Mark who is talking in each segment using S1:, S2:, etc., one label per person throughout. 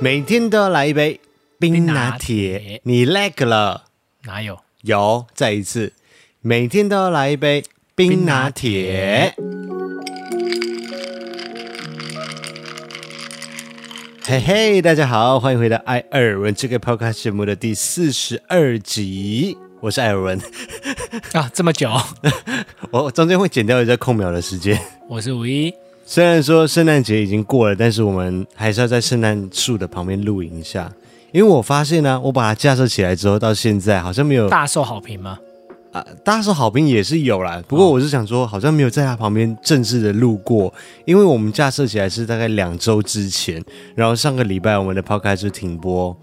S1: 每天都来一杯冰拿
S2: 冰拿
S1: 铁
S2: 铁。
S1: 你 lag 了，
S2: 哪有？
S1: 有，再一次，每天都来一杯冰拿铁。嘿嘿，大家好，欢迎回到艾尔文这个 podcast 节目的第四十二集，我是艾尔文，
S2: 啊，这么久，
S1: 我中间会剪掉一个空秒的时间。
S2: 我是五一，
S1: 虽然说圣诞节已经过了，但是我们还是要在圣诞树的旁边露营一下，因为我发现呢、我把它架设起来之后，到现在好像没有
S2: 大受好评吗？
S1: 啊，大家说好评也是有啦，不过我是想说，好像没有在他旁边正式的路过，因为我们架设起来是大概两周之前，然后上个礼拜我们的 podcast 就停播，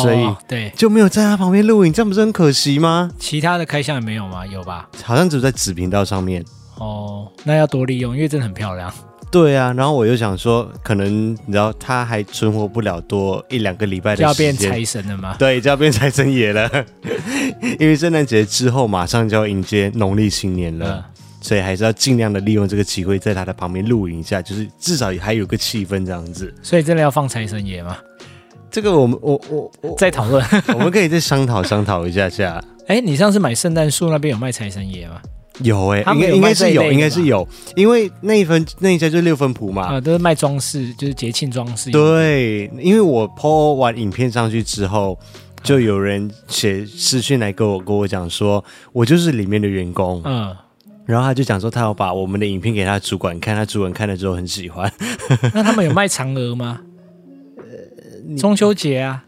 S1: 所以
S2: 哦、对
S1: 就没有在他旁边录影，这样不是很可惜吗？
S2: 其他的开箱也没有吗？有吧？
S1: 好像只有在子频道上面。
S2: 哦，那要多利用，因为真的很漂亮。
S1: 对啊，然后我又想说，可能你知道他还存活不了多一两个礼拜
S2: 就要
S1: 的时
S2: 变
S1: 间，
S2: 财神了 吗？
S1: 对，就要变财神爷了， 因为圣诞节之后马上就要迎接农历新年了。
S2: 嗯，
S1: 所以还是要尽量的利用这个机会，在他的旁边露营一下，就是至少还有个气氛这样子。
S2: 所以真的要放财神爷吗？
S1: 这个我们我我 我，
S2: 再讨论。
S1: 我们可以再商讨商讨一下下。
S2: 哎，你上次买圣诞树那边有卖财神爷吗？
S1: 有哎、
S2: 他
S1: 应
S2: 们
S1: 该
S2: 有
S1: 应该
S2: 卖这
S1: 是
S2: 一类
S1: 有，
S2: 的
S1: 应该是
S2: 吧
S1: 有，因为那一份那一家就是六分谱嘛。
S2: 啊，都是卖装饰，就是节庆装饰。，
S1: 对，因为我 po 完影片上去之后，就有人写私讯来跟我跟我讲说，我就是里面的员工，
S2: 嗯，
S1: 然后他就讲说他要把我们的影片给他主管看，他主管看了之后很喜欢。
S2: 那他们有卖嫦娥吗？
S1: 呃
S2: 中秋节啊，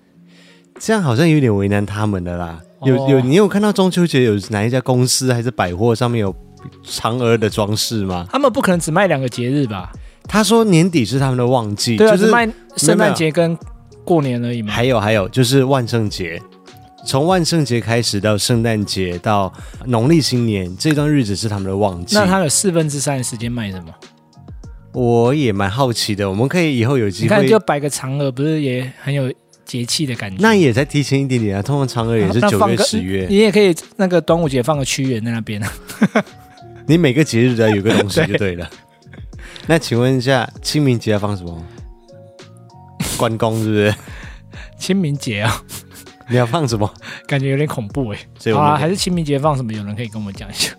S1: 这样好像有点为难他们的啦。有
S2: 哦
S1: 有，你有看到中秋节有哪一家公司还是百货上面有嫦娥的装饰吗？
S2: 他们不可能只卖两个节日吧？
S1: 他说年底是他们的旺季，
S2: 对啊，
S1: 就
S2: 只
S1: 是
S2: 卖圣诞节跟过年而已嘛。
S1: 还有还有就是万圣节，从万圣节开始到圣诞节到农历新年这段日子是他们的旺季。
S2: 那他有四分之三的时间卖什么？
S1: 我也蛮好奇的，我们可以以后有
S2: 你
S1: 机
S2: 看，
S1: 会
S2: 就。摆个嫦娥，不是也很有节气的感觉？
S1: 那也才提前一点点啊，通常嫦娥也是
S2: 那
S1: 九
S2: 放
S1: 月、
S2: 个
S1: 十月，
S2: 你也可以那个端午节放个屈原在那边啊。
S1: 你每个节日都要有个东 西就对了。那请问一下，清明节要放什 么？关公是不是？
S2: 清明节啊，
S1: 你要放什么？
S2: 感觉有点恐怖哎、
S1: 所以我
S2: 好
S1: 们、
S2: 啊，还是清明节放什么？有人可以跟我讲一下，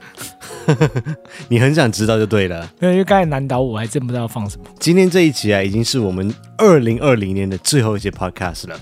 S1: 你很想知道就对了。
S2: 因为刚才难倒我，还真不知道放什么。
S1: 今天这一集啊，已经是我们二零二零年的最后一集 podcast 了。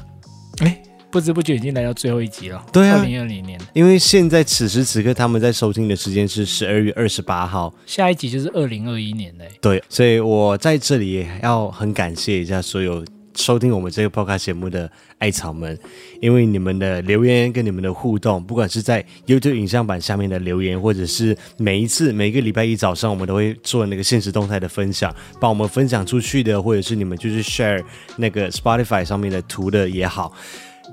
S2: 不知不觉已经来到最后一集了。
S1: 对啊
S2: 二零二零年
S1: 因为现在此时此刻他们在收听的时间是十二月二十八号，
S2: 下一集就是二零二一年嘞、
S1: 对，所以我在这里也要很感谢一下所有收听我们这个 podcast 节目的艾草们，因为你们的留言跟你们的互动，不管是在 YouTube 影像版下面的留言，或者是每一次每个礼拜一早上我们都会做那个现实动态的分享，帮我们分享出去的，或者是你们就是 share 那个 Spotify 上面的图的也好。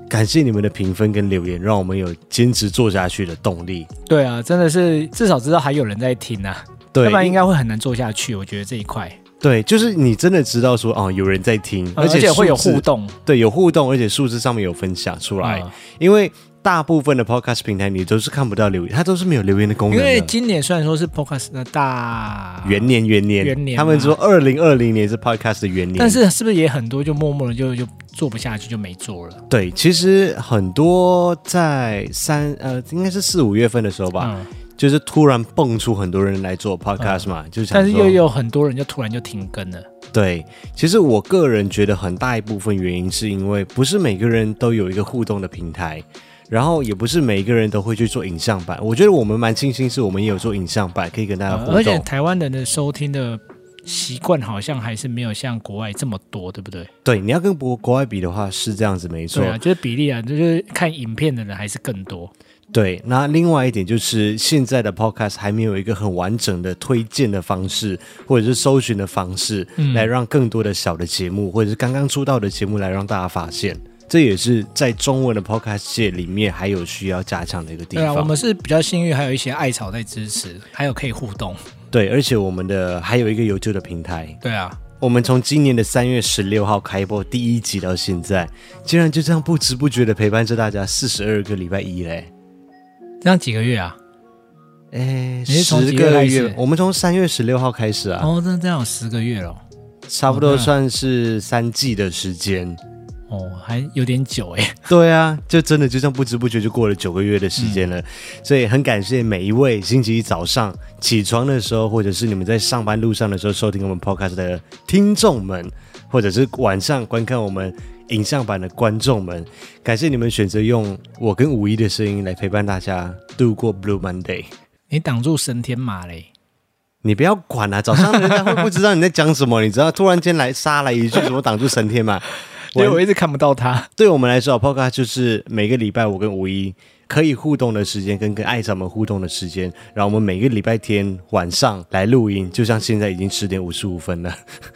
S1: 感谢你们的评分跟留言，让我们有坚持做下去的动力。
S2: 对啊，真的是至少知道还有人在听啊，
S1: 对，
S2: 要不然应该会很难做下去。我觉得这一块，
S1: 对，就是你真的知道说哦，有人在听，
S2: 呃而
S1: 且
S2: 会有
S1: 数字
S2: 互动
S1: 对，有互动，而且数字上面有分享出来，
S2: 啊
S1: 因为大部分的 podcast 平台你都是看不到留言，它都是没有留言的功
S2: 因
S1: 能
S2: 为
S1: 的。
S2: 今年虽然说是 Podcast 的大
S1: 元年，元年，
S2: 元年
S1: 他们
S2: 嘛
S1: 说二零二零年是 podcast 的元年，
S2: 但是是不是也很多就默默的就就做不下去就没做了？
S1: 对，其实很多在三呃，应该是四五月份的时候吧，
S2: 嗯，
S1: 就是突然蹦出很多人来做 podcast 嘛，就是想
S2: 嗯但是
S1: 说
S2: 又有很多人就突然就停更了。
S1: 对，其实我个人觉得很大一部分原因是因为不是每个人都有一个互动的平台，然后也不是每一个人都会去做影像版。我觉得我们蛮庆幸是我们也有做影像版，可以跟大家
S2: 呃
S1: 互
S2: 而且
S1: 啊动。
S2: 台湾人的收听的习惯好像还是没有像国外这么多，对不对？
S1: 对，你要跟国国外比的话是这样子，没错。
S2: 对啊，就是比例啊，就是看影片的人还是更多。
S1: 对，那另外一点就是现在的 podcast 还没有一个很完整的推荐的方式，或者是搜寻的方式，
S2: 嗯
S1: 来让更多的小的节目或者是刚刚出道的节目来让大家发现。这也是在中文的 podcast 界里面还有需要加强的一个地
S2: 对啊，
S1: 方。
S2: 我们是比较幸运，还有一些艾草在支持，还有可以互动。
S1: 对，而且我们的还有一个 YouTube 的平台，
S2: 对啊，
S1: 我们从今年的三月十六号开播第一集到现在，竟然就这样不知不觉的陪伴着大家四十二个礼拜一嘞。
S2: 这样几个月啊？
S1: 哎，
S2: 你是从
S1: 十
S2: 几月
S1: 个
S2: 开始
S1: 月，我们从三月十六号开始啊，
S2: 哦，那这样有十个月了。
S1: 差不多算是三季的时间。
S2: 哦，还有点久哎、
S1: 对啊，就真的就这样不知不觉就过了九个月的时间了，所以很感谢每一位星期一早上起床的时候，或者是你们在上班路上的时候收听我们 podcast 的听众们，或者是晚上观看我们影像版的观众们，感谢你们选择用我跟五一的声音来陪伴大家度过 Blue Monday。
S2: 你挡住神天马嘞，
S1: 你不要管啊，早上人家会不知道你在讲什么，你知道突然间来杀来一句什么挡住神天嘛？
S2: 所以我一直看不到他。
S1: 对我们来说啊，Podcast 就是每个礼拜我跟五一可以互动的时间，跟跟爱长们互动的时间。然后我们每个礼拜天晚上来录音，就像现在已经十点五十五分了，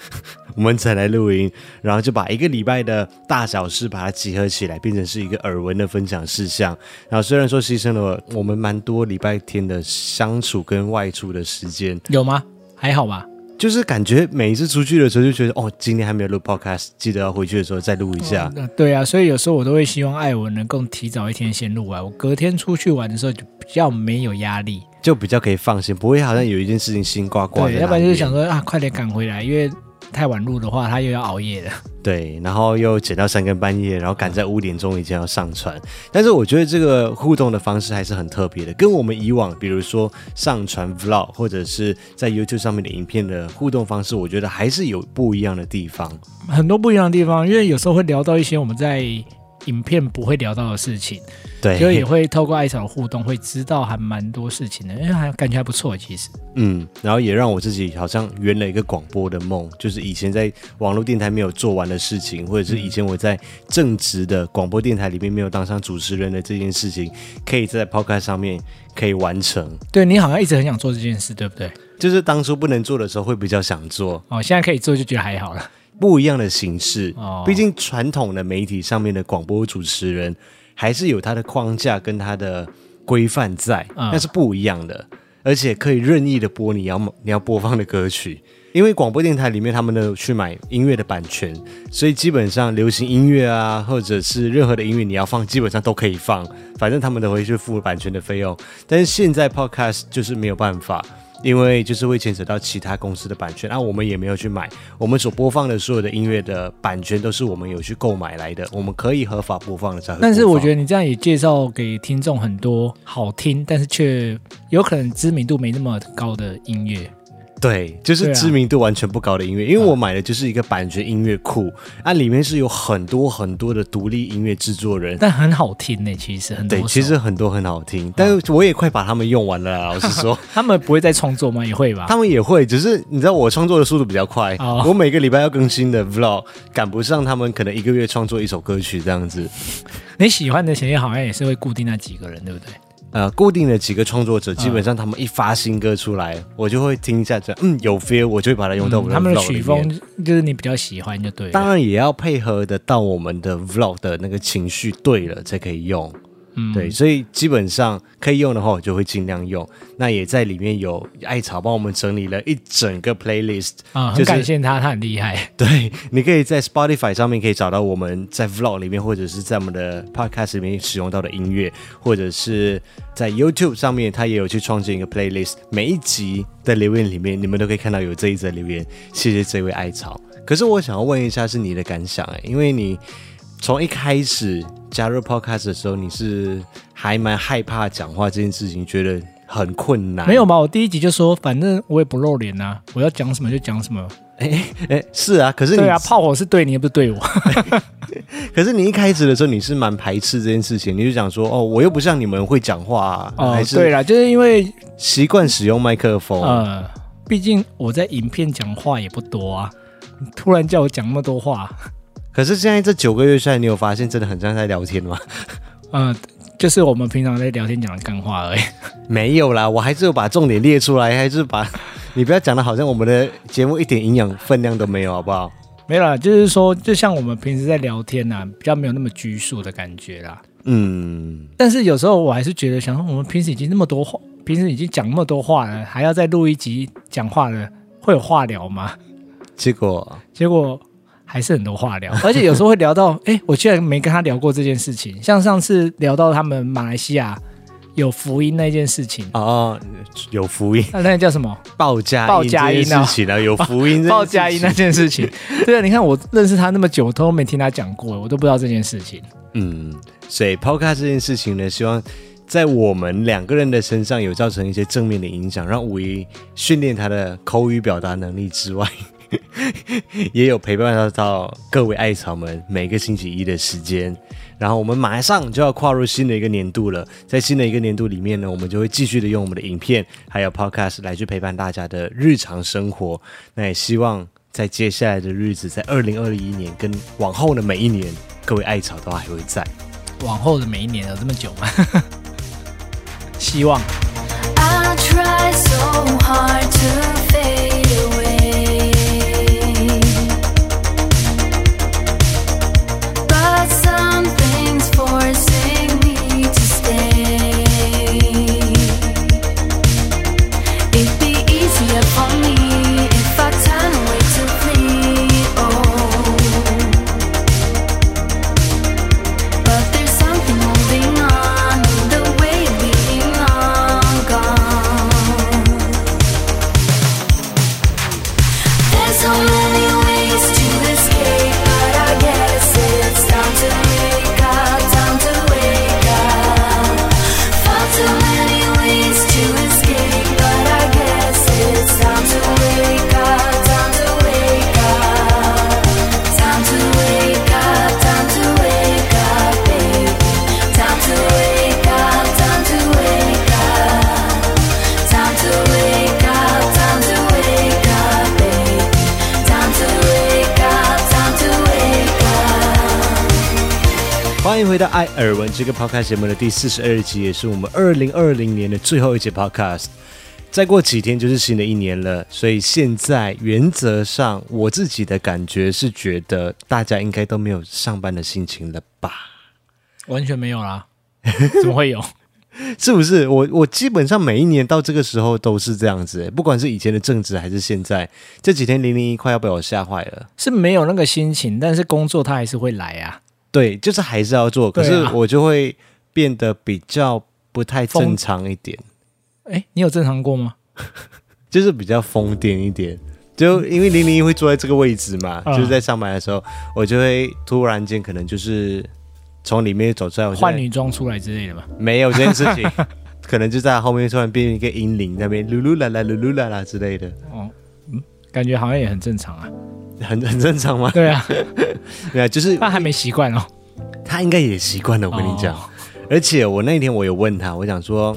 S1: 我们才来录音，然后就把一个礼拜的大小事把它集合起来，变成是一个耳闻的分享事项。然后虽然说牺牲了我们蛮多礼拜天的相处跟外出的时间，
S2: 有吗？还好吧。
S1: 就是感觉每一次出去的时候就觉得，哦，今天还没有录 Podcast，记得要回去的时候再录一下。
S2: 嗯对啊，所以有时候我都会希望艾文能够提早一天先录完，我隔天出去玩的时候就比较没有压力。
S1: 就比较可以放心，不会好像有一件事情心挂挂在那
S2: 对，
S1: 里
S2: 要不然就是想说啊，快点赶回来，因为太晚录的话，他又要熬夜了。
S1: 对，然后又剪到三更半夜，然后赶在五点钟以前要上传。但是我觉得这个互动的方式还是很特别的，跟我们以往比如说上传 vlog 或者是在 YouTube 上面的影片的互动方式，我觉得还是有不一样的地方。
S2: 很多不一样的地方，因为有时候会聊到一些我们在影片不会聊到的事情，就也
S1: 对，
S2: 会透过艾草的互动，会知道还蛮多事情的，因为还感觉还不错。其实，
S1: 嗯，然后也让我自己好像圆了一个广播的梦，就是以前在网络电台没有做完的事情，或者是以前我在正职的广播电台里面没有当上主持人的这件事情，可以在 Podcast 上面可以完成。
S2: 对你好像一直很想做这件事，对不对？
S1: 就是当初不能做的时候，会比较想做
S2: 哦，现在可以做就觉得还好了。
S1: 不一样的形式。
S2: 哦，
S1: 毕竟传统的媒体上面的广播主持人，还是有他的框架跟他的规范在，
S2: 嗯
S1: 那是不一样的。而且可以任意的播你要你要播放的歌曲，因为广播电台里面他们的去买音乐的版权，所以基本上流行音乐啊，或者是任何的音乐你要放，基本上都可以放，反正他们都会去付版权的费用。但是现在 Podcast 就是没有办法，因为就是会牵扯到其他公司的版权，那、我们也没有去买，我们所播放的所有的音乐的版权都是我们有去购买来的，我们可以合法播放的才会播放。
S2: 但是我觉得你这样也介绍给听众很多好听，但是却有可能知名度没那么高的音乐。
S1: 对，就是
S2: 对啊
S1: 知名度完全不高的音乐，因
S2: 啊
S1: 为我买的就是一个版权音乐库，啊，里面是有很多很多的独立音乐制作人。
S2: 但很好听呢、其实很多
S1: 对
S2: 首。，
S1: 其实很多很好听，但是我也快把他们用完了啊啦。老实说，
S2: 他们不会再创作吗？也会吧。
S1: 他们也会，只是你知道我创作的速度比较快，
S2: 哦
S1: 我每个礼拜要更新的 vlog 赶不上他们，可能一个月创作一首歌曲这样子。
S2: 你喜欢的前业好像也是会固定那几个人，对不对？
S1: 呃，固定的几个创作
S2: 啊
S1: 者，基本上他们一发新歌出来，我就会听一下，这样嗯有 feel，我就会把它用到我
S2: 嗯他们的
S1: vlog 里
S2: 曲
S1: 面
S2: 风就是你比较喜欢就对了。
S1: 当然也要配合得到我们的 vlog 的那个情绪对了才可以用。
S2: 嗯
S1: 对，所以基本上可以用的话，我就会尽量用。那也在里面有艾草帮我们整理了一整个 playlist。
S2: 啊、
S1: 就
S2: 很
S1: 是
S2: 感谢他，他很 厉害。
S1: 对，你可以在 Spotify 上面可以找到我们在 vlog 里面，或者是在我们的 podcast 里面使用到的音乐，或者是在 YouTube 上面，他也有去创建一个 playlist。每一集的留言里面，你们都可以看到有这一则留言。谢谢这位艾草。可是我想要问一下，是你的感想哎、因为你从一开始加入 podcast 的时候，你是还蛮害怕讲话这件事情，觉得很困难。
S2: 没有，吧？我第一集就说，反正我也不露脸啊，我要讲什么就讲什么。
S1: 哎、是啊，可是你
S2: 对啊，炮火是对你，又不是对我。
S1: 可是你一开始的时候，你是蛮排斥这件事情，你就想说，哦，我又不像你们会讲话、啊，
S2: 哦
S1: 还，
S2: 对
S1: 是
S2: 啦，就是因为
S1: 习惯使用麦克风。
S2: 呃，毕竟我在影片讲话也不多啊，你突然叫我讲那么多话，
S1: 可是现在这九个月下来，你有发现真的很像在聊天吗？
S2: 呃，就是我们平常在聊天讲的干话而已。
S1: 没有啦，我还是有把重点列出来，还是把你不要讲的好像我们的节目一点营养分量都没有，好不好？
S2: 没啦，就是说，就像我们平时在聊天呐、啊，比较没有那么拘束的感觉啦。
S1: 嗯，
S2: 但是有时候我还是觉得，想说我们平时已经那么多话，平时已经讲那么多话了，还要再录一集讲话了，会有话聊吗？
S1: 结果
S2: 结果还是很多话聊，而且有时候会聊到，哎、我居然没跟他聊过这件事情。像上次聊到他们马来西亚有福音那件事情，
S1: 哦哦，有福音
S2: 那、那叫什么？
S1: 报佳
S2: 报
S1: 音
S2: 佳
S1: 这
S2: 音
S1: 件
S2: 啊
S1: 事情呢、有福音这件事情啊
S2: 报佳音啊那件事 情。对啊，你看我认识他那么久，我都没听他讲过，我都不知道这件事情。
S1: 嗯，所以 Podcast 这件事情呢，希望在我们两个人的身上有造成一些正面的影响，让五一训练他的口语表达能力之外， 也有陪伴到到各位艾草们每个星期一的时间。然后我们马上就要跨入新的一个年度了，在新的一个年度里面呢，我们就会继续的用我们的影片还有 Podcast 来去陪伴大家的日常生活。那也希望在接下来的日子，在二零二一年跟往后的每一年，各位艾草都还会在。
S2: 往后的每一年有这么久 吗？希望。
S3: I try so hard to fade away, but something's forcing me to stay. It'd be easier for me if I turn away to flee. Oh. But there's something holding on the way of being long gone. There's so many ways to escape, but I guess it's time to wake up, time to wake up. Far too many ways to escape, but I guess it's time to wake up, time to wake up. Time to wake up, time to wake up, baby. Time to wake up, time to wake up. Time to wake up, time to wake up, baby. Time to wake up, time to wake up.
S1: 欢迎回到《艾尔文》这个 podcast 节目的第四十二集，也是我们二零二零年的最后一集 podcast。再过几天就是新的一年了，所以现在原则上我自己的感觉是觉得大家应该都没有上班的心情了吧？
S2: 完全没有 啦，怎么会有？
S1: 是不是？我我基本上每一年到这个时候都是这样子，不管是以前的正职还是现在，这几天零零一快要被我吓坏了。
S2: 是没有那个心情，但是工作他还是会来啊，
S1: 对，就是还是要做，可
S2: 对
S1: 是
S2: 啊
S1: 我就会变得比较不太正常一点。
S2: 哎，你有正常过吗？
S1: 就是比较疯癫一点。就因为零零一会坐在这个位置嘛，
S2: 嗯
S1: 就是在上班的时候，我就会突然间可能就是从里面走出来，我就
S2: 换女装出来之类的吧？
S1: 没有这件事 情，可能就在后面突然变一个阴灵在那边噜噜啦啦噜噜啦啦之类的，
S2: 哦，嗯，感觉好像也很正常啊。
S1: 很很正常吗？
S2: 对啊，
S1: 对啊，就是
S2: 但还没习惯哦。
S1: 他应该也习惯了，我跟你讲。
S2: 哦
S1: 而且我那天我有问他，我想说，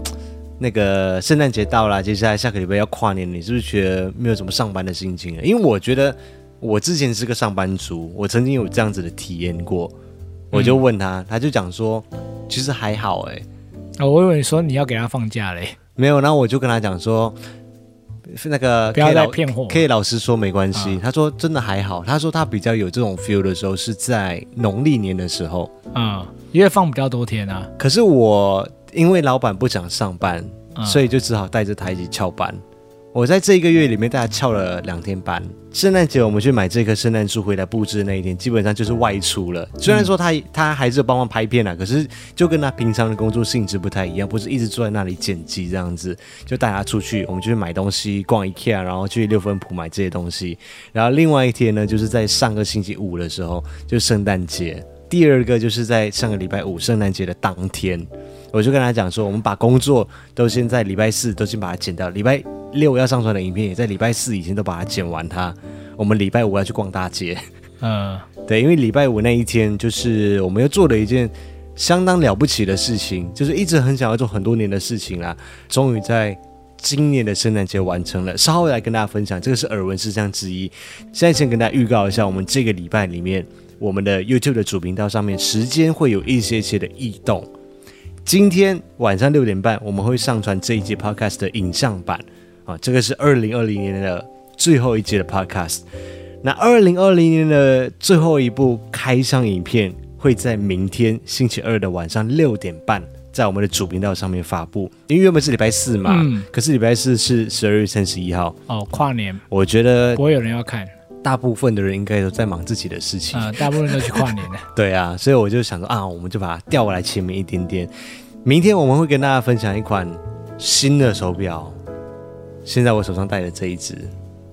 S1: 那个圣诞节到了，接下来下个礼拜要跨年，你是不是觉得没有什么上班的心情了？啊因为我觉得我之前是个上班族，我曾经有这样子的体验过。我就问他，他就讲说，其实还好哎、
S2: 哦我以为你说你要给他放假嘞，
S1: 没有。然后我就跟他讲说，那个
S2: 不要
S1: K 老
S2: 再骗我啊
S1: K 老师说没关系，他说真的还好。他说他比较有这种 feel 的时候是在农历年的时候。
S2: 嗯，因为放比较多天啊。
S1: 可是我因为老板不想上班，
S2: 嗯
S1: 所以就只好带着他一起翘班。我在这一个月里面，大家翘了两天班。圣诞节我们去买这棵圣诞树回来布置的那一天，基本上就是外出了。虽然说他他还是有帮忙拍片啊，可是就跟他平常的工作性质不太一样，不是一直坐在那里剪辑这样子。就带他出去，我们就去买东西，逛 IKEA，然后去六分铺买这些东西。然后另外一天呢，就是在上个星期五的时候，就圣诞节。第二个就是在上个礼拜五圣诞节的当天，我就跟他讲说，我们把工作都先在礼拜四都先把它剪掉，礼拜六要上传的影片也在礼拜四以前都把它剪完它。我们礼拜五要去逛大街，
S2: 嗯，
S1: 对，因为礼拜五那一天就是我们又做了一件相当了不起的事情，就是一直很想要做很多年的事情啦，终于在。今年的圣诞节完成了，稍后来跟大家分享，这个是耳闻事项之一。现在先跟大家预告一下，我们这个礼拜里面，我们的 YouTube 的主频道上面时间会有一些些的异动。今天晚上六点半，我们会上传这一集 Podcast 的影像版啊，这个是二零二零年的最后一集的 Podcast。那二零二零年的最后一部开箱影片会在明天星期二的晚上六点半，在我们的主频道上面发布。因为原本是礼拜四嘛，
S2: 嗯
S1: 可是礼拜四是十二月三十一号，
S2: 哦，跨年
S1: 我觉得
S2: 不会有人要看，
S1: 大部分的人应该都在忙自己的事
S2: 嗯
S1: 情。
S2: 呃，大部分都去跨年了。
S1: 对啊，所以我就想说啊，我们就把它调过来前面一点点。明天我们会跟大家分享一款新的手表，现在我手上戴的这一只，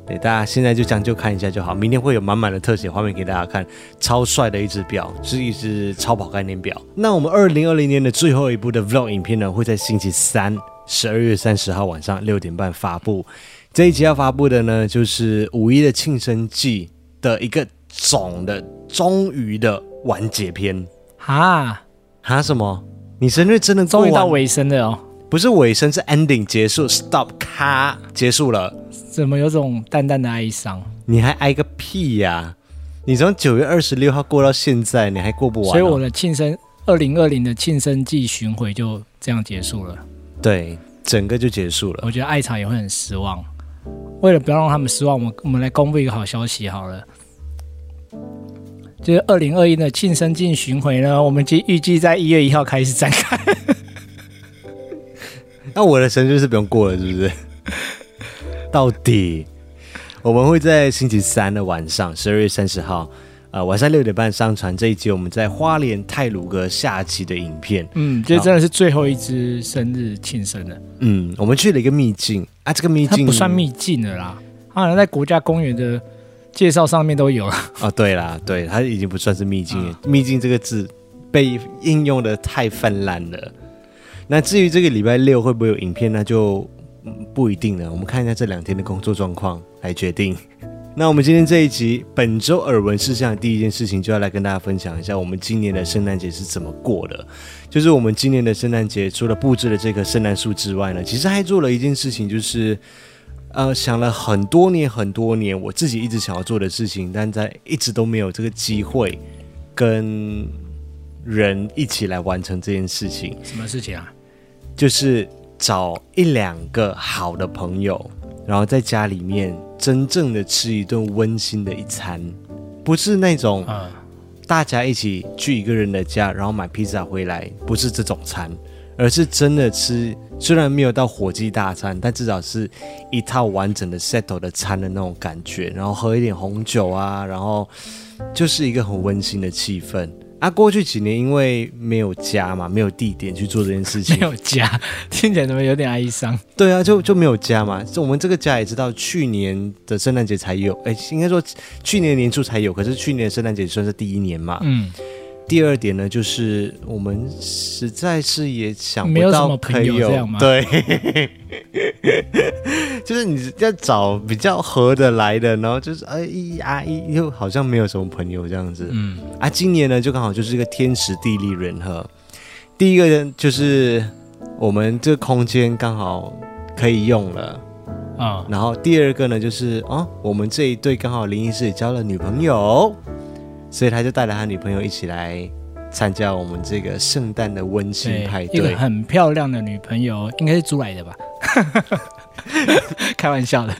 S1: 对大家现在就将就看一下就好。明天会有满满的特写画面给大家看，超帅的一只表，是一只超跑概念表。那我们二零二零年的最后一部的 Vlog 影片呢，会在星期三十二月三十号晚上六点半发布。这一集要发布的呢，就是五一的庆生季的一个总的终于的完结篇。
S2: 哈，
S1: 哈什么？你生日真的过
S2: 终于
S1: 完
S2: 到
S1: 了
S2: 尾声了哦，
S1: 不是尾声，是 ending 结束，stop 咔结束了，
S2: 怎么有种淡淡的哀伤？
S1: 你还挨个屁呀、你从九月二十六号过到现在，你还过不完哦、
S2: 所以我的庆生二零二零的庆生季巡回就这样结束了。
S1: 对整个就结束了。
S2: 我觉得艾草也会很失望。为了不要让他们失望，我们我们来公布一个好消息好了，就是二零二一的庆生季巡回呢，我们即预计在一月一号开始展开。
S1: 那我的生日是不用过了，是不是？ 到底我们会在星期三的晚上，十二月三十号，呃，晚上六点半上传这一集我们在花莲泰鲁阁下集的影片。
S2: 嗯，这真的是最后一支生日庆生了，
S1: 嗯，我们去了一个秘境啊，这个秘
S2: 它
S1: 境
S2: 不算秘境了啦，它好像在国家公园的介绍上面都有了。
S1: 啊，对啦，对，它已经不算是秘境了，秘境这个字被应用的太泛滥了。那至于这个礼拜六会不会有影片，那就嗯不一定了。我们看一下这两天的工作状况来决定。 那我们今天这一集本周耳闻事项的第一件事情，就要来跟大家分享一下我们今年的圣诞节是怎么过的。就是我们今年的圣诞节，除了布置了这棵圣诞树之外呢，其实还做了一件事情，就是呃，想了很多年很多年，我自己一直想要做的事情，但在一直都没有这个机会跟人一起来完成这件事情，
S2: 什么事情啊？
S1: 就是找一两个好的朋友，然后在家里面真正的吃一顿温馨的一餐，不是那种
S2: 嗯，
S1: 大家一起去一个人的家，然后买披萨回来，不是这种餐，而是真的吃。虽然没有到火鸡大餐，但至少是一套完整的 settle 的餐的那种感觉，然后喝一点红酒啊，然后就是一个很温馨的气氛。啊，过去几年因为没有家嘛，没有地点去做这件事情
S2: 没，有家，听起来怎么有点哀伤？
S1: 对啊，就就没有家嘛。我们这个家也知道，去年的圣诞节才有，哎，应该说去年年初才有，可是去年的圣诞节算是第一年嘛。
S2: 嗯，
S1: 第二点呢，就是我们实在是也想
S2: 没
S1: 不
S2: 有什
S1: 到
S2: 么朋友这样吗
S1: 对， 就是你要找比较合得来的，然后就是哎一啊一又好像没有什么朋友这样子，嗯啊，今年呢就刚好就是一个天时地利人和，第一个呢就是我们这个空间刚好可以用了。
S2: 啊、
S1: 然后第二个呢，就是哦，我们这一对刚好林医师也交了女朋友，所以他就带了他女朋友一起来参加我们这个圣诞的温馨
S2: 对
S1: 派，
S2: 一个
S1: 对。
S2: 很漂亮的女朋友，应该是租来的吧？ 开玩笑的，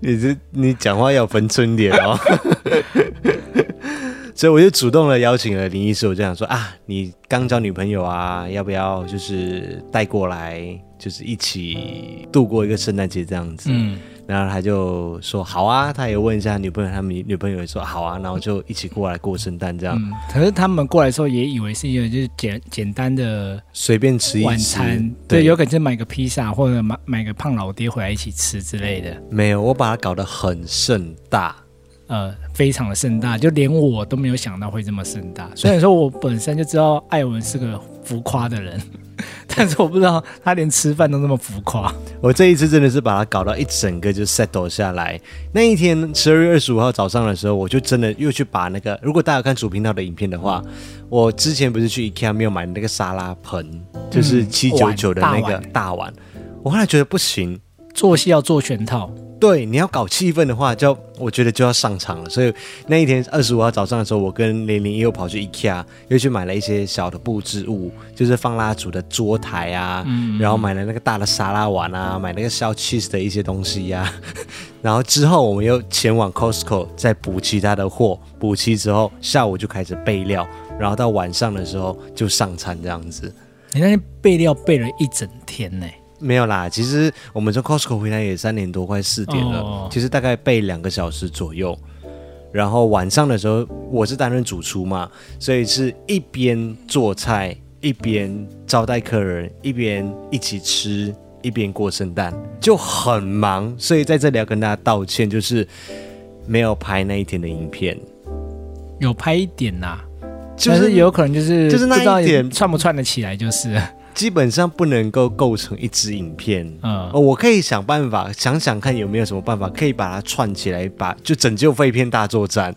S1: 你这你讲话要有分寸点哦。 所以我就主动的邀请了林医师，我就想说啊，你刚交女朋友啊，要不要就是带过来，就是一起度过一个圣诞节这样子？
S2: 嗯，
S1: 然后他就说好啊，他也问一下女朋友，他们女朋友也说好啊，然后就一起过来过圣诞这样，
S2: 嗯，可是他们过来的时候也以为是一个就是简简单的
S1: 随便吃一
S2: 晚
S1: 吃
S2: 餐，对，
S1: 对，
S2: 有可能是买个披萨或者买买个胖老爹回来一起吃之类的，
S1: 没有，我把它搞得很盛大，
S2: 呃，非常的盛大，就连我都没有想到会这么盛大。虽然说我本身就知道艾文是个浮夸的人， 但是我不知道他连吃饭都那么浮夸。
S1: 我这一次真的是把它搞到一整个就 settle 下来。那一天十二月二十五号早上的时候，我就真的又去把那个，如果大家有看主频道的影片的话，我之前不是去 IKEA 没有买那个沙拉盆，就是七九九的那
S2: 嗯大
S1: 个
S2: 碗
S1: 大碗，我后来觉得不行，
S2: 做戏要做全套，
S1: 对，你要搞气氛的话，就我觉得就要上场了。所以那一天二十五号早上的时候，我跟玲玲又跑去 IKEA，又去买了一些小的布置物，就是放蜡烛的桌台啊，然后买了那个大的沙拉碗啊，买那个烧 cheese 的一些东西呀、 然后之后我们又前往 Costco 再补其他的货，补齐之后下午就开始备料，然后到晚上的时候就上餐这样子。
S2: 你那天备料备了一整天呢、
S1: 没有啦，其实我们从 Costco 回来也三点多，快四点了，
S2: 哦
S1: 其实大概备两个小时左右。然后晚上的时候我是担任主厨嘛，所以是一边做菜，一边招待客人，一边一起吃，一边过圣诞，就很忙。所以在这里要跟大家道歉，就是没有拍那一天的影片，
S2: 有拍一点啦，
S1: 就
S2: 但
S1: 是
S2: 是有可能就是
S1: 就是那一
S2: 不知道
S1: 点
S2: 串不串得起来，就是
S1: 基本上不能够构成一支影片。
S2: 嗯
S1: 哦，我可以想办法，想想看有没有什么办法可以把它串起来，把就拯救废片大作战。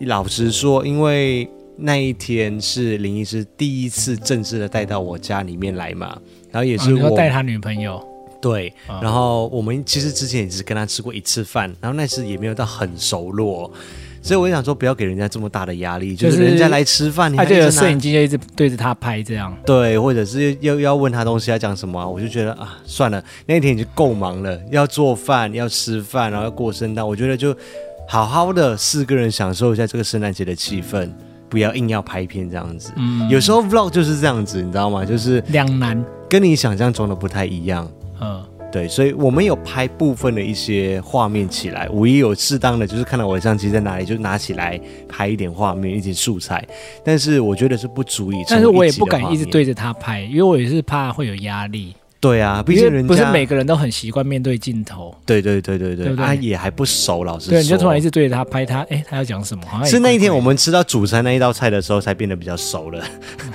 S1: 老实说，因为那一天是林医师第一次正式的带到我家里面来嘛，然后也
S2: 啊
S1: 是
S2: 你说
S1: 我、
S2: 带他女朋友，
S1: 对，
S2: 啊
S1: 然后我们其实之前也只跟他吃过一次饭，然后那次也没有到很熟络，所以我就想说不要给人家这么大的压力，就
S2: 就是
S1: 是人家来吃饭，你
S2: 他
S1: 还
S2: 就
S1: 一直
S2: 有
S1: 拿
S2: 摄影机就一直对着他拍这样。
S1: 对，或者是要要问他东西要讲什么啊、我就觉得啊，算了，那一天已经够忙了，要做饭，要吃饭，然后要过圣诞，我觉得就好好的四个人享受一下这个圣诞节的气氛，不要硬要拍片这样子。
S2: 嗯，
S1: 有时候 vlog 就是这样子，你知道吗？就是
S2: 两难，
S1: 跟你想象中的不太一样。
S2: 嗯，
S1: 对，所以我们有拍部分的一些画面起来，五一有适当的就是看到我的相机在哪里，就拿起来拍一点画面，一些素材。但是我觉得是不足以成为集的画面，
S2: 但是我也不敢一直对着他拍，因为我也是怕会有压力，
S1: 对啊，毕
S2: 因
S1: 竟
S2: 为
S1: 人家
S2: 不是每个人都很习惯面对镜头。
S1: 对对对对
S2: 对
S1: 对，
S2: 不对
S1: 他也还不熟，老师
S2: 对，你就突然一直对着他拍他，哎，他要讲哎什么？好像也
S1: 是那一天
S2: 怪
S1: 我
S2: 怪
S1: 们吃到主餐那一道菜的时候，才变得比较熟了，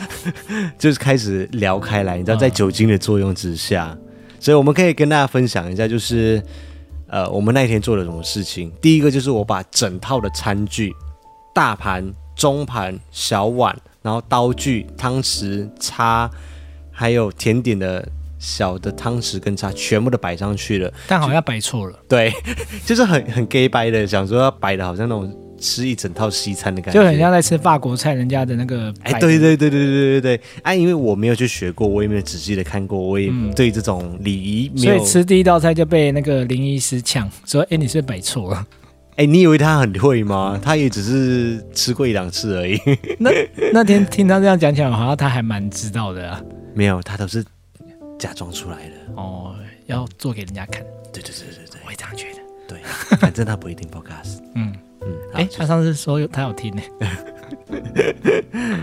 S1: 就是开始聊开来。你知道，在
S2: 嗯
S1: 酒精的作用之下，所以我们可以跟大家分享一下，就是呃，我们那一天做了什么事情。第一个就是我把整套的餐具，大盘、中盘、小碗，然后刀具、汤匙、叉，还有甜点的小的汤匙跟叉，全部都摆上去了。
S2: 的，但好像摆错了，
S1: 对， 就是很很 gay 掰的，想说要摆的好像那种吃一整套西餐的感觉，
S2: 就很像在吃法国菜，人家的那个摆
S1: 哎，对对对对对对对，哎、因为我没有去学过，我也没有仔细的看过，我也对这种礼仪没
S2: 嗯所
S1: 有。
S2: 以吃第一道菜就被那个林医师呛，说：“哎，你是不是摆错了。
S1: 哎，你以为他很会吗？他也只是吃过一两次而已，”
S2: 那天听他这样讲起来，好像他还蛮知道的啊。
S1: 没有，他都是假装出来的。
S2: 哦，要做给人家看，
S1: 对对对对
S2: 我也这样觉得。
S1: 对对，反正他不一定 podcast。
S2: 嗯，
S1: 嗯，好
S2: 哎，他上次说有他有听呢，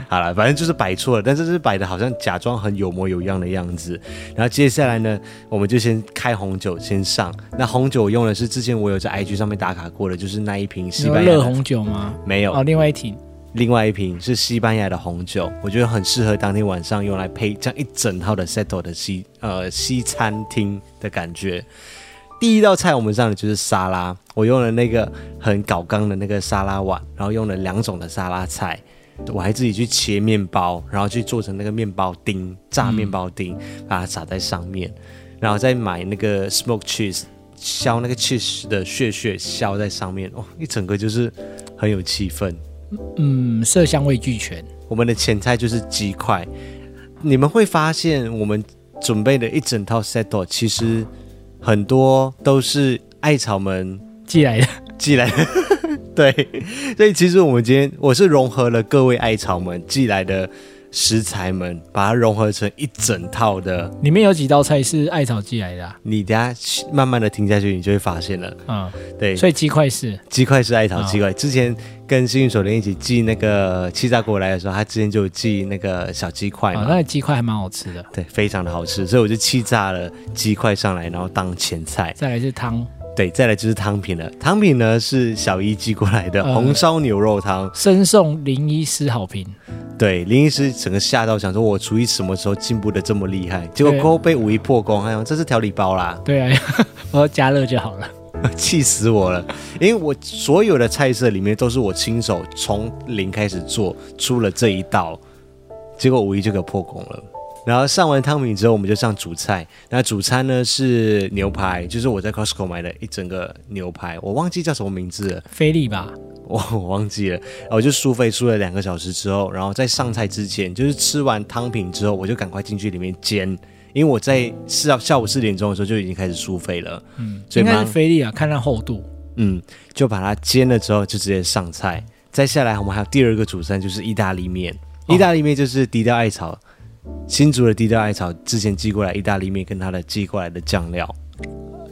S1: 好了，反正就是摆错了，但是是摆的好像假装很有模有样的样子。然后接下来呢，我们就先开红酒先上。那红酒我用的是之前我有在 IG 上面打卡过的，就是那一瓶
S2: 你
S1: 西
S2: 说
S1: 班牙
S2: 哦热
S1: 的
S2: 红酒吗？
S1: 没有，
S2: 哦，另外一题，
S1: 另外一瓶是西班牙的红酒，我觉得很适合当天晚上用来配这样一整套的 settle 的西呃西餐厅的感觉。第一道菜我们上的就是沙拉，我用了那个很搞刚的那个沙拉碗，然后用了两种的沙拉菜，我还自己去切面包，然后去做成那个面包丁，炸面包丁，把它撒在上面，然后再买那个 smoke cheese，削那个 cheese 的屑屑削在上面，哇、一整个就是很有气氛。
S2: 嗯，色香味俱全，
S1: 我们的前菜就是鸡块。你们会发现，我们准备的一整套 set 哦其实很多都是艾草们
S2: 寄来的。
S1: 寄来的。 对，所以其实我们今天我是融合了各位艾草们寄来的食材们，把它融合成一整套的。
S2: 里面有几道菜是艾草寄来的、啊，
S1: 你等一下慢慢的听下去，你就会发现了。
S2: 嗯，
S1: 对，
S2: 所以鸡块是
S1: 鸡块是艾草
S2: 啊
S1: 鸡块。之前跟幸运手链一起寄那个气炸锅来的时候，他之前就有寄那个小鸡块嘛。
S2: 哦，那个鸡块还蛮好吃的。
S1: 对，非常的好吃，所以我就气炸了鸡块上来，然后当前菜。
S2: 再来是汤，
S1: 对，再来就是汤品了，汤品呢是小一寄过来的、
S2: 呃
S1: 红烧牛肉汤。
S2: 深送林医师好评，
S1: 对，林医师整个吓到，想说我厨艺什么时候进步的这么厉害？结果
S2: 对
S1: 过后被五一破功，哎呦，这是调理包啦，
S2: 对啊， 我要加热就好了。
S1: 气死我了！因为我所有的菜色里面都是我亲手从零开始做出了这一道，结果五一就给我破功了。然后上完汤米之后，我们就上主菜。那主餐呢是牛排，就是我在 Costco 买的一整个牛排，我忘记叫什么名字了，
S2: 菲力吧，
S1: 我我忘记了。我就输费输了两个小时之后，然后在上菜之前，就是吃完汤品之后，我就赶快进去里面煎，因为我在四下午四点钟的时候就已经开始输费了，嗯，所以
S2: 应该
S1: 马
S2: 是
S1: 上
S2: 菲力啊，看它厚度。
S1: 嗯，就把它煎了之后就直接上菜。再下来，我们还有第二个主餐就是意大利面。
S2: 哦
S1: 意大利面就是低调艾草，新竹的低调艾草之前寄过来意大利面跟它的寄过来的酱料，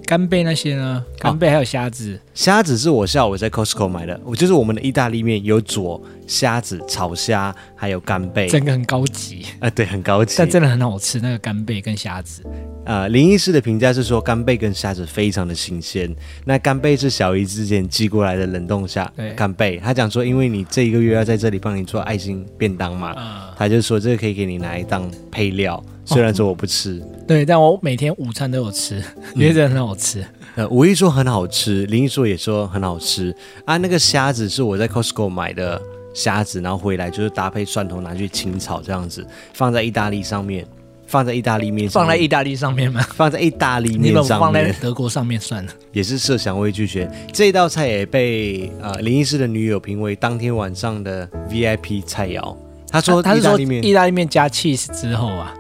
S2: 干贝那些呢？
S1: 哦
S2: 干贝还有虾子，
S1: 虾子是我下午在 Costco 买的，我就是我们的意大利面有佐虾子、炒虾，还有干贝，
S2: 整个很高级，
S1: 啊、对，很高级。
S2: 但真的很好吃。那个干贝跟虾子，
S1: 呃，林医师的评价是说，干贝跟虾子非常的新鲜。那干贝是小姨之前寄过来的冷冻虾
S2: 对
S1: 干贝，他讲说，因为你这一个月要在这里帮你做爱心便当嘛，
S2: 啊呃
S1: 他就说这个可以给你拿来当配
S2: 哦
S1: 料。虽然说我不吃，
S2: 对，但我每天午餐都有吃，觉得很好吃。
S1: 呃，吴一说很好吃，林一说也说很好吃啊。那个虾子是我在 Costco 买的虾子，然后回来就是搭配蒜头拿去清炒这样子，放在意大利上面，放在意大利面上
S2: 放
S1: 面，
S2: 在意大利上面吗？
S1: 放在意大利
S2: 你
S1: 面
S2: 把我
S1: 上
S2: 放在
S1: 面。
S2: 德国上面算了。
S1: 也是设想未俱全。这道菜也被呃林医师的女友评为当天晚上的 VIP 菜肴。他说
S2: 啊他他
S1: 意
S2: 是
S1: 大
S2: 说
S1: 利
S2: 意
S1: 面
S2: 大利面加 cheese 之后啊，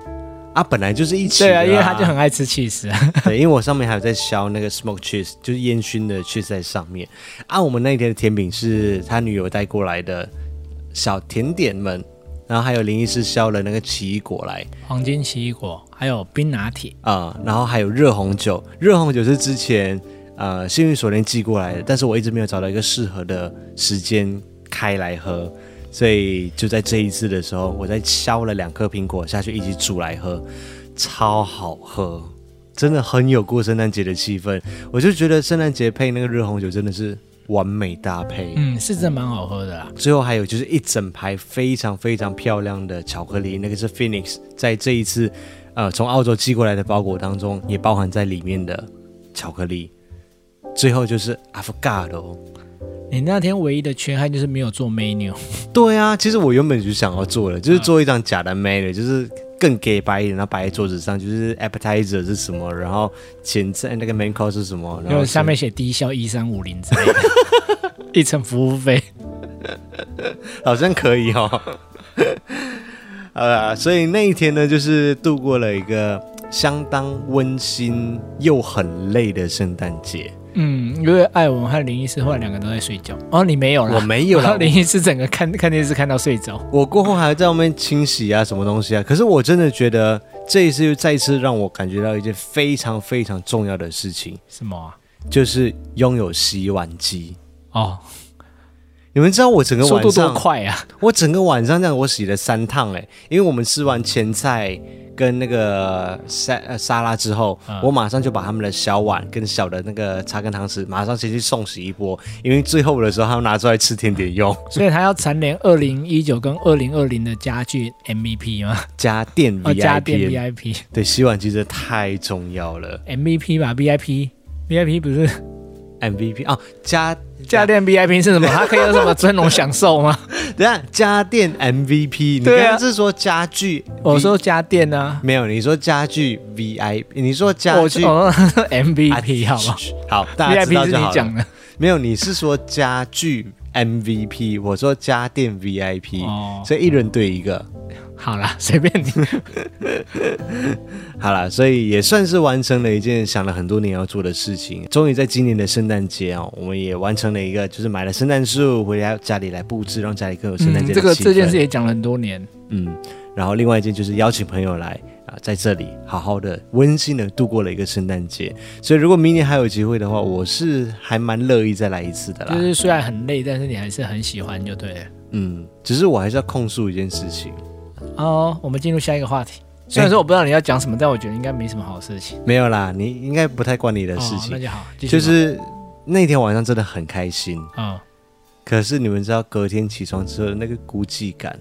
S1: 啊，本来就是一起
S2: 对
S1: 的、
S2: 啊，因为他就很爱吃 cheese 啊。
S1: 对，因为我上面还有在削那个 smoke cheese，就是烟熏的 cheese 在上面。啊，我们那一天的甜饼是他女友带过来的小甜点们，然后还有林医师削了那个奇异果来
S2: 黄金奇异果，还有冰拿铁，
S1: 啊、然后还有热红酒，热红酒是之前呃幸运锁链寄过来的，但是我一直没有找到一个适合的时间开来喝，所以就在这一次的时候，我再削了两颗苹果下去一起煮来喝，超好喝，真的很有过圣诞节的气氛。我就觉得圣诞节配那个热红酒真的是完美搭配。
S2: 嗯，是真的蛮好喝的啦。
S1: 最后还有就是一整排非常非常漂亮的巧克力，那个是 Phoenix 在这一次呃从澳洲寄过来的包裹当中也包含在里面的巧克力。最后就是 avocado。
S2: 你那天唯一的缺憾就是没有做 menu，
S1: 对啊，其实我原本就想要做的，就是做一张假的 menu，就是更给白一点，然后摆在桌子上，就是 appetizer 是什么，然后前菜那个 main course 是什么，然
S2: 因
S1: 后
S2: 为下面写低消一三五零之类的， 一层服务费。
S1: 好像可以哦。好啦，所以那一天呢，就是度过了一个相当温馨又很累的圣诞节。
S2: 嗯，因为艾文和林医师后来两个都在睡觉。哦，你没有啦，
S1: 我没有啦
S2: 然 后林医师整个看看电视看到睡着。
S1: 我过后还在外面清洗啊，什么东西啊。可是我真的觉得这一次又再次让我感觉到一件非常非常重要的事情，
S2: 什么啊？
S1: 就是拥有洗碗机。
S2: 哦，
S1: 你们知道我整个
S2: 速
S1: 晚
S2: 度多
S1: 上，
S2: 快啊！
S1: 我整个晚上这样我洗了三趟哎、因为我们吃完前菜跟那个沙呃沙拉之后，
S2: 嗯
S1: 我马上就把他们的小碗跟小的那个叉跟汤匙马上先去送洗一波，因为最后的时候他们拿出来吃甜点用，
S2: 所以他要蝉联二零一九跟二零二零的家具 MVP 吗？
S1: 家电 VIP，、
S2: 哦，家电 VIP
S1: 对，洗碗机真的太重要了
S2: MVP 吧，VIP VIP 不是
S1: ，MVP 啊，家
S2: 家电 VIP 是什么？它可以有什么尊荣享 受吗？
S1: 等一下家电 MVP，你刚
S2: 对啊
S1: 刚是说家具，
S2: 我说家电啊，
S1: 没有，你说家具 VIP，你说家
S2: 我哦
S1: 具
S2: 我 说
S1: 啊
S2: MVP 好吗
S1: 嘘好，大家知道
S2: ？VIP 是
S1: 就好
S2: 你
S1: 了。
S2: 讲的
S1: 没有，你是说家具 MVP，我说家电 VIP，、
S2: 哦
S1: 所以一人对一个。
S2: 好啦，随便 你。
S1: 好啦，所以也算是完成了一件想了很多年要做的事情。终于在今年的圣诞节哦，我们也完成了一个，就是买了圣诞树回家家里来布置，让家里更有圣诞节的
S2: 嗯
S1: 气氛、
S2: 这个这件事也讲了很多年，
S1: 嗯，然后另外一件就是邀请朋友来啊，在这里好好的、温馨的度过了一个圣诞节。所以如果明年还有机会的话，我是还蛮乐意再来一次的啦。
S2: 就是虽然很累，但是你还是很喜欢，就对了。
S1: 嗯，只是我还是要控诉一件事情。
S2: 哦，我们进入下一个话题。
S1: 哎
S2: 虽然说我不知道你要讲什么，但我觉得应该没什么好事情。
S1: 没有啦，你应该不太关你的事
S2: 哦，
S1: 情。
S2: 那就好，继续
S1: 就
S2: 吧
S1: 是那天晚上真的很开心，
S2: 嗯，
S1: 可是你们知道，隔天起床之后的那个孤寂感，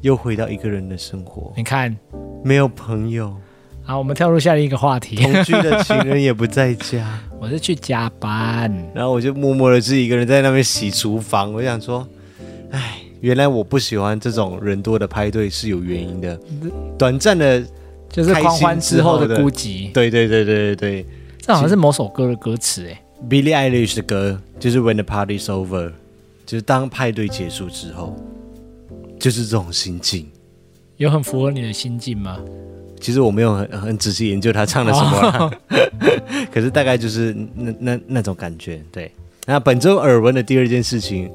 S1: 又回到一个人的生活，
S2: 你看，
S1: 没有朋 友，
S2: 好，我们跳入下一个话题。
S1: 同居的情人也不在 家，
S2: 我是去加班，
S1: 然后我就默默的自己一个人在那边洗厨房。我想说，哎，原来我不喜欢这种人多的派对是有原因的，
S2: 嗯
S1: 短暂的，
S2: 就是
S1: 开心
S2: 狂欢之
S1: 之后
S2: 后的
S1: 的
S2: 孤寂。
S1: 对对对对对对
S2: 这好像是某首歌的歌词哎。
S1: ，Billie Eilish 的歌就是 When the Party's Over，就是当派对结束之后，就是这种心境。
S2: 有很符合你的心境吗？
S1: 其实我没有很很仔细研究他唱了什么啦、 可是大概就是那那那种感觉。对，那本周耳闻的第二件事情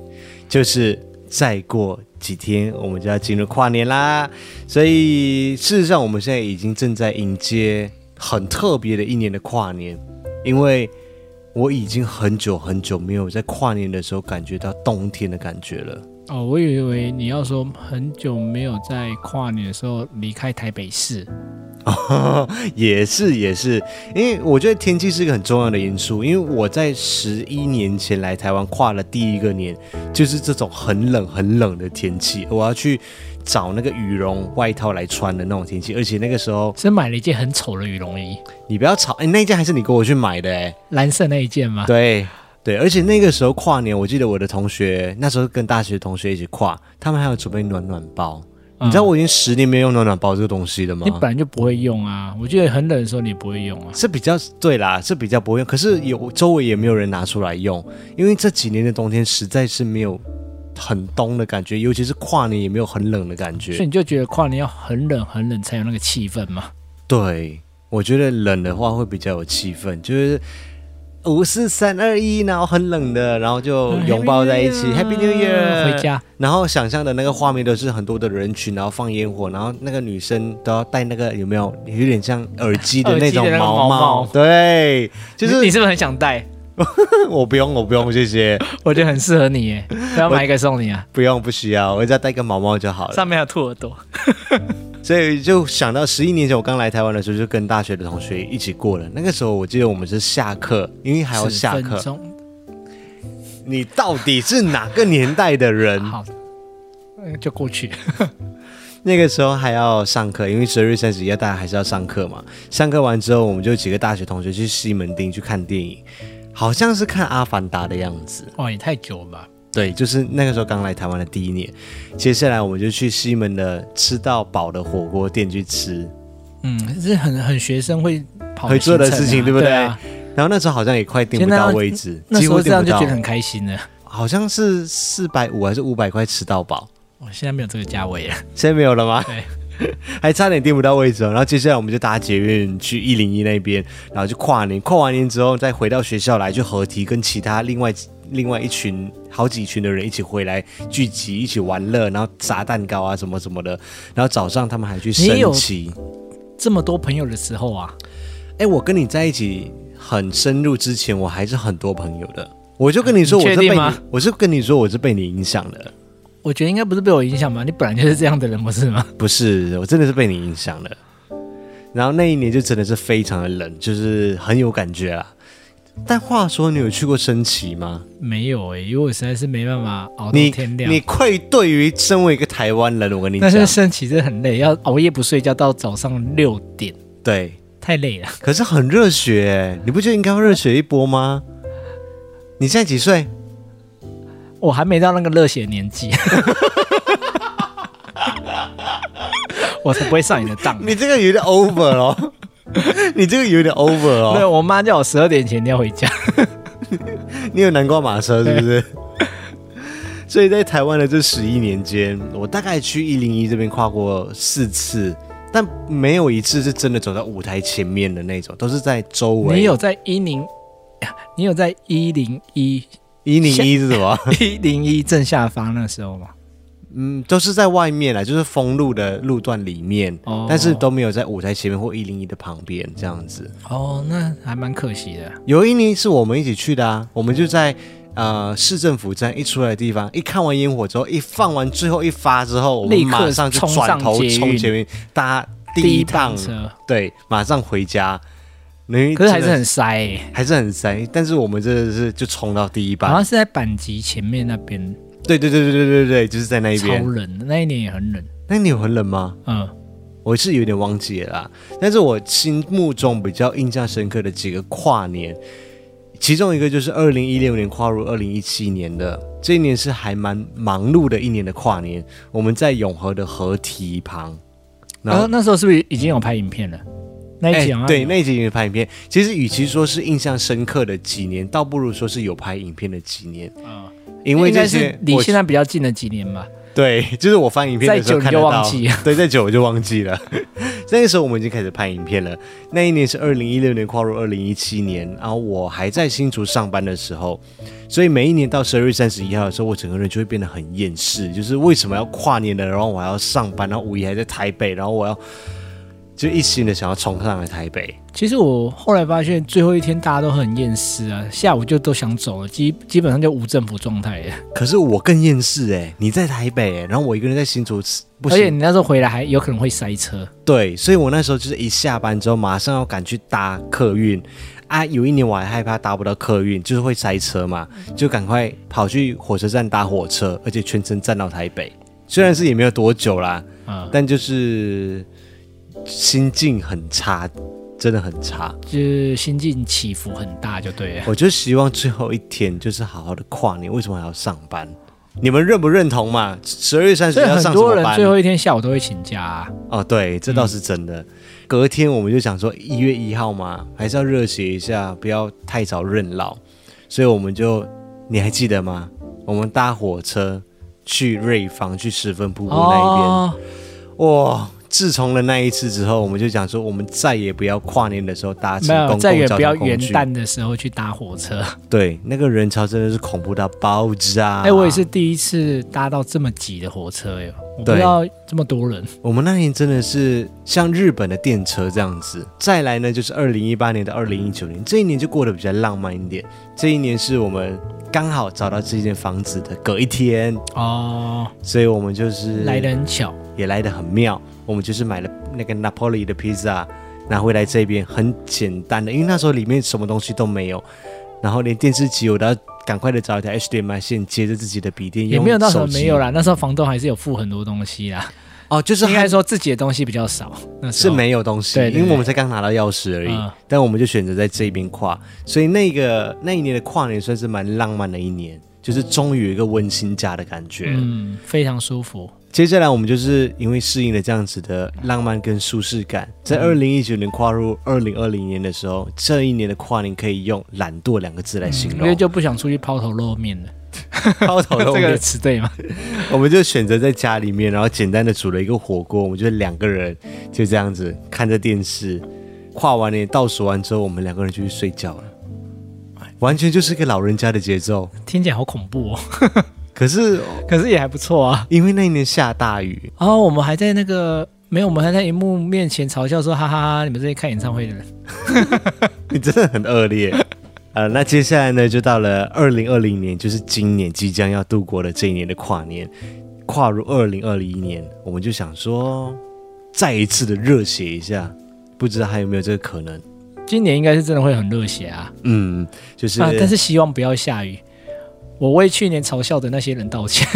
S1: 就是再过几天我们就要进入跨年啦，所以事实上我们现在已经正在迎接很特别的一年的跨年。因为我已经很久很久没有在跨年的时候感觉到冬天的感觉了。
S2: 哦，我以为你要说很久没有在跨年的时候离开台北市，
S1: 也是也是，因为我觉得天气是一个很重要的因素。因为我在十一年前来台湾跨了第一个年，就是这种很冷很冷的天气，我要去找那个羽绒外套来穿的那种天气。而且那个时候
S2: 是买了一件很丑的羽绒衣，
S1: 你不要吵，哎、那一件还是你跟我去买的哎、
S2: 蓝色那一件吗？
S1: 对对，而且那个时候跨年，我记得我的同学那时候跟大学同学一起跨，他们还有准备暖暖包。
S2: 嗯
S1: 你知道我已经十年没用暖暖包这个东西了吗
S2: 你？本来就不会用啊，我记得很冷的时候你不会用啊。
S1: 是比较对啦，是比较不会用，可是有周围也没有人拿出来用，因为这几年的冬天实在是没有很冬的感觉，尤其是跨年也没有很冷的感
S2: 所以
S1: 觉。
S2: 你就觉得跨年要很冷很冷才有那个气氛嘛？
S1: 对，我觉得冷的话会比较有气氛，就是五四三二一，然后很冷的，然后就哦
S2: 嗯
S1: 拥抱在一起，Happy New Year，
S2: 回家。
S1: 然后想象的那个画面都是很多的人群，然后放烟火，然后那个女生都要戴那个有没有有点像耳机的那种
S2: 耳机的那个
S1: 毛
S2: 毛
S1: 毛
S2: 毛
S1: 对，就
S2: 你你
S1: 是
S2: 是不是很想戴？
S1: 我不用，我不用，谢谢，
S2: 我觉得很适合你耶，我要买一个送你啊，
S1: 不用不需要，我只要戴个毛毛就好了。
S2: 上面还有兔耳朵。
S1: 所以就想到十一年前我刚来台湾的时候，就跟大学的同学一起过了。那个时候我记得我们是下课，因为还要
S2: 10
S1: 下
S2: 分
S1: 课。
S2: 钟
S1: 你到底是哪个年代的人？
S2: 好，
S1: 嗯
S2: 呃就过去。
S1: 那个时候还要上课，因为十二月三十一号大家还是要上课嘛。上课完之后，我们就几个大学同学去西门町去看电影，好像是看《阿凡达》的样子。
S2: 哇，也太久了吧？
S1: 对，就是那个时候刚来台湾的第一年。接下来我们就去西门的吃到饱的火锅店去吃，
S2: 嗯，是很很学生会跑
S1: 会做的
S2: 行程啊
S1: 事情对不对
S2: 啊
S1: 然后那时候好像也快订不
S2: 现在
S1: 到
S2: 要
S1: 位置，
S2: 那
S1: 几
S2: 时
S1: 乎
S2: 候这
S1: 订
S2: 样
S1: 不
S2: 就
S1: 到
S2: 觉得，很开心了。
S1: 好像是四百五还是五百块吃到饱。
S2: 我现在没有这个价位了，啊
S1: 现在没有了吗？
S2: 对，
S1: 还差点订不到位置哦。然后接下来我们就搭捷运去一零一那边，然后就跨年，跨完年之后再回到学校来，去合体，跟其他另外另外一群好几群的人一起回来聚集，一起玩乐，然后砸蛋糕啊什么什么的。然后早上他们还去
S2: 你
S1: 升
S2: 有
S1: 旗。
S2: 这么多朋友的时候啊，
S1: 哎，我跟你在一起很深入之前，我还是很多朋友的。我就跟你说，
S2: 你
S1: 我
S2: 确
S1: 是被
S2: 定
S1: 你
S2: 吗，
S1: 我是跟你说，我是被你影响的，
S2: 我觉得应该不是被我影响吧？你本来就是这样的人，不是吗？
S1: 不是，我真的是被你影响的。然后那一年就真的是非常的冷，就是很有感觉啊。但话说，你有去过升旗吗？
S2: 没有哎、因为我实在是没办法熬到
S1: 你
S2: 哦天亮。
S1: 你愧对于身为一个台湾人，我跟你
S2: 但是
S1: 讲，
S2: 升旗真的很累，要熬夜不睡觉到早上六点，
S1: 对，
S2: 太累了。
S1: 可是很热血欸，你不觉得应该要热血一波吗？你现在几岁？
S2: 我还没到那个热血年 纪，我才不会上你的当。
S1: 你这个有点 over 哦， 你这个有点 over
S2: 对，
S1: 哦。
S2: 我妈叫我十二点前一定要回家。
S1: 你有南瓜马车是不是？ 所以在台湾的这十一年间，我大概去一零一这边跨过四次，但没有一次是真的走到舞台前面的那种，都是在周围。
S2: 你有在一零，你有在一零 一
S1: 一零一是什么？
S2: 一零一正下方那时候吗？
S1: 嗯，都是在外面啦，就是封路的路段里面，
S2: 哦
S1: 但是都没有在舞台前面或一零一的旁边这样子。
S2: 哦，那还蛮可惜的。
S1: 有一年是我们一起去的啊，我们就在呃市政府站一出来的地方，一看完烟火之后，一放完最后一发之后，我们
S2: 立刻
S1: 马上就
S2: 冲
S1: 转
S2: 上
S1: 头
S2: 捷运
S1: 冲前面搭
S2: 第
S1: 第一
S2: 一
S1: 趟
S2: 趟车，
S1: 对，马上回家。你
S2: 可是还是
S1: 真
S2: 很啊
S1: 的
S2: 塞、欸，
S1: 还是很塞，但是我们真的是就冲到第一
S2: 好
S1: 班
S2: 像，是在板级前面那边
S1: 对对对对对对对，就是在那一
S2: 超
S1: 边。
S2: 冷的，那一年也很冷。
S1: 那你有很冷吗？
S2: 嗯，
S1: 我是有点忘记了啦，但是我心目中比较印象深刻的几个跨年，其中一个就是二零一六年跨入二零一七年的，这一年是还蛮忙碌的一年的跨年，我们在永和的河堤旁，然
S2: 然
S1: 后
S2: 后那时候是不是已经有拍影片了？哦那一集啊好像
S1: 哎对
S2: 有
S1: 那一集有拍影片，其实与其说是印象深刻的几年，倒不如说是有拍影片的几年，
S2: 嗯
S1: 因为
S2: 应该
S1: 这
S2: 是
S1: 些
S2: 离
S1: 我
S2: 现在比较近的几年吧。
S1: 对，就是我翻影片的时候
S2: 再久
S1: 看得
S2: 你就
S1: 到，
S2: 忘记了
S1: 对，再久我就忘记了。 那个时候我们已经开始拍影片了。那一年是二零一六年跨入二零一七年，然后我还在新竹上班的时候，所以每一年到十二月三十一号的时候，我整个人就会变得很厌世，就是为什么要跨年了，然后我还要上班，然后五一还在台北，然后我要就一心的想要冲上来台北。
S2: 其实我后来发现，最后一天大家都很厌世啊，下午就都想走了，基基本上就无政府状态了。
S1: 可是我更厌世哎、你在台北、欸，然后我一个人在新竹，不
S2: 而且你
S1: 行。
S2: 那时候回来还有可能会塞车，
S1: 对，所以我那时候就是一下班之后马上要赶去搭客运啊。有一年我还害怕搭不到客运，就是会塞车嘛，
S2: 嗯
S1: 就赶快跑去火车站搭火车，而且全程站到台北。虽然是也没有多久啦，
S2: 啊、
S1: 但就是心境很差，真的很差。
S2: 就是心境起伏很大，就对了。
S1: 我就希望最后一天就是好好的跨年，为什么还要上班？你们认不认同嘛？十二月三十
S2: 所以
S1: 要
S2: 很
S1: 上什
S2: 多
S1: 么
S2: 人
S1: 班？
S2: 最后一天下午都会请假、啊，
S1: 哦，对，这倒是真
S2: 嗯
S1: 的。隔天我们就想说一月一号嘛，还是要热血一下，不要太早认老。所以我们就，你还记得吗？我们搭火车去瑞芳，去十分瀑布那一边。
S2: 哦，
S1: 哇！自从了那一次之后，我们就讲说，我们再也不要跨年的时候搭乘
S2: 没有，
S1: 公
S2: 再
S1: 共
S2: 也
S1: 交
S2: 不要
S1: 通
S2: 元
S1: 工具。
S2: 旦的时候去搭火车。
S1: 对，那个人潮真的是恐怖到爆炸。啊
S2: 哎、我也是。第一次搭到这么挤的火车哟，我不知道这么多人。
S1: 我们那年真的是像日本的电车这样子。再来呢，就是二零一八年的二零一九年，这一年就过得比较浪漫一点。这一年是我们刚好找到这间房子的隔一天，
S2: 哦，
S1: 所以我们就是
S2: 来的很巧，
S1: 也来得很妙。我们就是买了那个 Napoli 的披萨，拿回来这边很简单的，因为那时候里面什么东西都没有，然后连电视机我都要赶快的找一条 HDMI 线接着自己的笔电，
S2: 也没有到什么
S1: 用手机
S2: 没有啦。那时候房东还是有付很多东西啦，
S1: 哦，就是
S2: 应该
S1: 还
S2: 说自己的东西比较少。那时
S1: 是
S2: 候
S1: 没有东西，
S2: 哦对对对
S1: 因为我们才刚拿到钥匙而已，
S2: 嗯
S1: 但我们就选择在这边跨，所以那个那一年的跨年算是蛮浪漫的一年。就是终于有一个温馨家的感觉。
S2: 嗯，非常舒服。
S1: 接下来我们就是因为适应了这样子的浪漫跟舒适感，
S2: 嗯
S1: 在二零一九年跨入二零二零年的时候，这一年的跨年可以用懒惰两个字来形
S2: 嗯因
S1: 容，
S2: 为就不想出去抛头露面 了，
S1: 抛头露
S2: 这个
S1: 面。
S2: 词 对吗？
S1: 我们就选择在家里面，然后简单的煮了一个火锅，我们就两个人就这样子看着电视，跨完年倒数完之后，我们两个人就去睡觉了，完全就是个老人家的节奏。
S2: 听起来好恐怖哦，
S1: 可是
S2: 可是也还不错啊。
S1: 因为那一年下大雨，
S2: 然后我们还在那个没有，我们还在荧幕面前嘲笑说：“哈哈哈，你们这些看演唱会的人。”
S1: 你真的很恶劣。 呃，那接下来呢，就到了二零二零年，就是今年即将要度过的这一年的跨年，跨入二零二零年，我们就想说，再一次的热血一下，不知道还有没有这个可能？
S2: 今年应该是真的会很热血啊
S1: 嗯，就是，
S2: 啊！但是希望不要下雨。我为去年嘲笑的那些人道歉。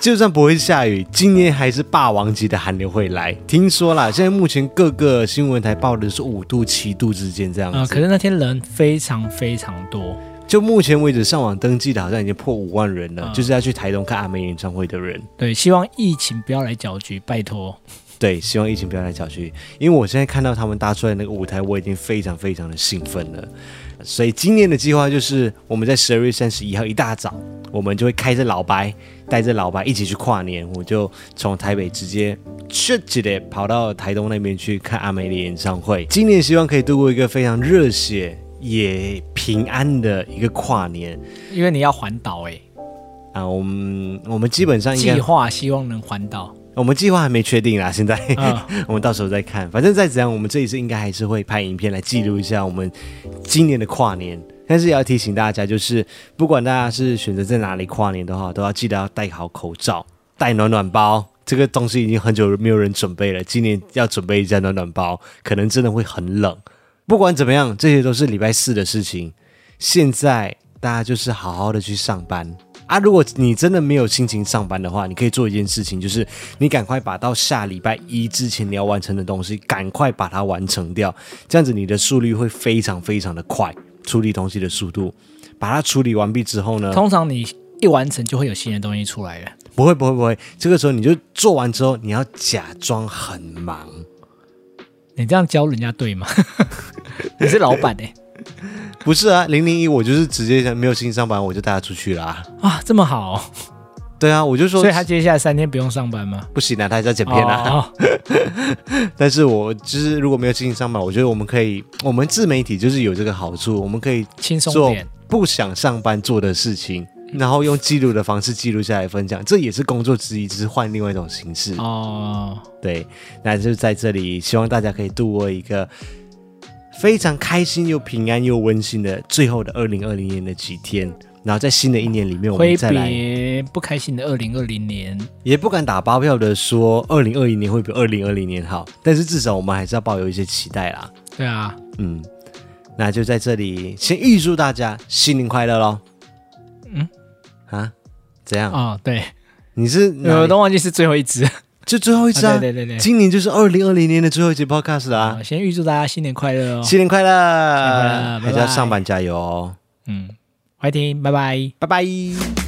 S1: 就算不会下雨，今年还是霸王级的寒流会来。听说啦，现在目前各个新闻台报的是五度、七度之间这样子。
S2: 啊、可是那天人非常非常多，
S1: 就目前为止，上网登记的好像已经破五万人了，
S2: 嗯
S1: 就是要去台东看阿妹演唱会的人。
S2: 对，希望疫情不要来搅局，拜托。
S1: 对，希望疫情不要来搅局，因为我现在看到他们搭出来那个舞台，我已经非常非常的兴奋了。所以今年的计划就是，我们在十二月三十一号一大早，我们就会开着老白，带着老白一起去跨年。我就从台北直接去起的跑到台东那边去看阿美的演唱会。今年希望可以度过一个非常热血也平安的一个跨年
S2: 因为你要环岛哎、
S1: 啊！我们我们基本上应
S2: 计
S1: 该，
S2: 划希望能环岛。
S1: 我们计划还没确定啦，现在。
S2: 啊、
S1: 我们到时候再看，反正再怎样，我们这一次应该还是会拍影片来记录一下我们今年的跨年。但是也要提醒大家，就是不管大家是选择在哪里跨年的话，都要记得要戴好口罩，带暖暖包。这个东西已经很久没有人准备了，今年要准备一下暖暖包，可能真的会很冷。不管怎么样，这些都是礼拜四的事情。现在大家就是好好的去上班啊！如果你真的没有心情上班的话，你可以做一件事情，就是你赶快把到下礼拜一之前你要完成的东西，赶快把它完成掉。这样子你的速率会非常非常的快，处理东西的速度。把它处理完毕之后呢，
S2: 通常你一完成就会有新的东西出来了。
S1: 不会不会不会，这个时候你就做完之后，你要假装很忙。
S2: 你这样教人家 对吗？你是老板哎、
S1: 不是啊，零零一我就是直接没有心情上班，我就带他出去啦。
S2: 啊，这么好哦、
S1: 对啊，我就说，
S2: 所以他接下来三天不用上班吗？
S1: 不行啊，他还是要剪片啊。
S2: 哦哦
S1: 但是我就是如果没有进行上班，我觉得我们可以，我们自媒体就是有这个好处，我们可以
S2: 轻松
S1: 做
S2: 点。
S1: 不想上班做的事情，然后用记录的方式记录下来分享，这也是工作之一，只是换另外一种形式。
S2: 哦，
S1: 对，那就在这里，希望大家可以度过一个非常开心又平安又温馨的最后的二零二零年的几天。然后在新的一年里面，我们
S2: 挥
S1: 再来，
S2: 别不开心的二零二零年，
S1: 也不敢打包票的说二零二一年会比二零二零年好，但是至少我们还是要抱有一些期待啦。
S2: 对啊，
S1: 嗯，那就在这里先预祝大家新年快乐喽。
S2: 嗯，
S1: 啊，怎样？
S2: 哦，对，
S1: 你是哪
S2: 我
S1: 里
S2: 呃都忘记是最后 一支。
S1: 就最后一次啊？
S2: 啊对对对对
S1: 今年就是二零二零年的最后一集 podcast 了啊
S2: 好，！先预祝大家新年快乐哦，
S1: 新年快乐，
S2: 快乐
S1: 还是要
S2: 拜拜
S1: 上班加油哦，
S2: 嗯，欢迎，拜拜。
S1: 拜拜。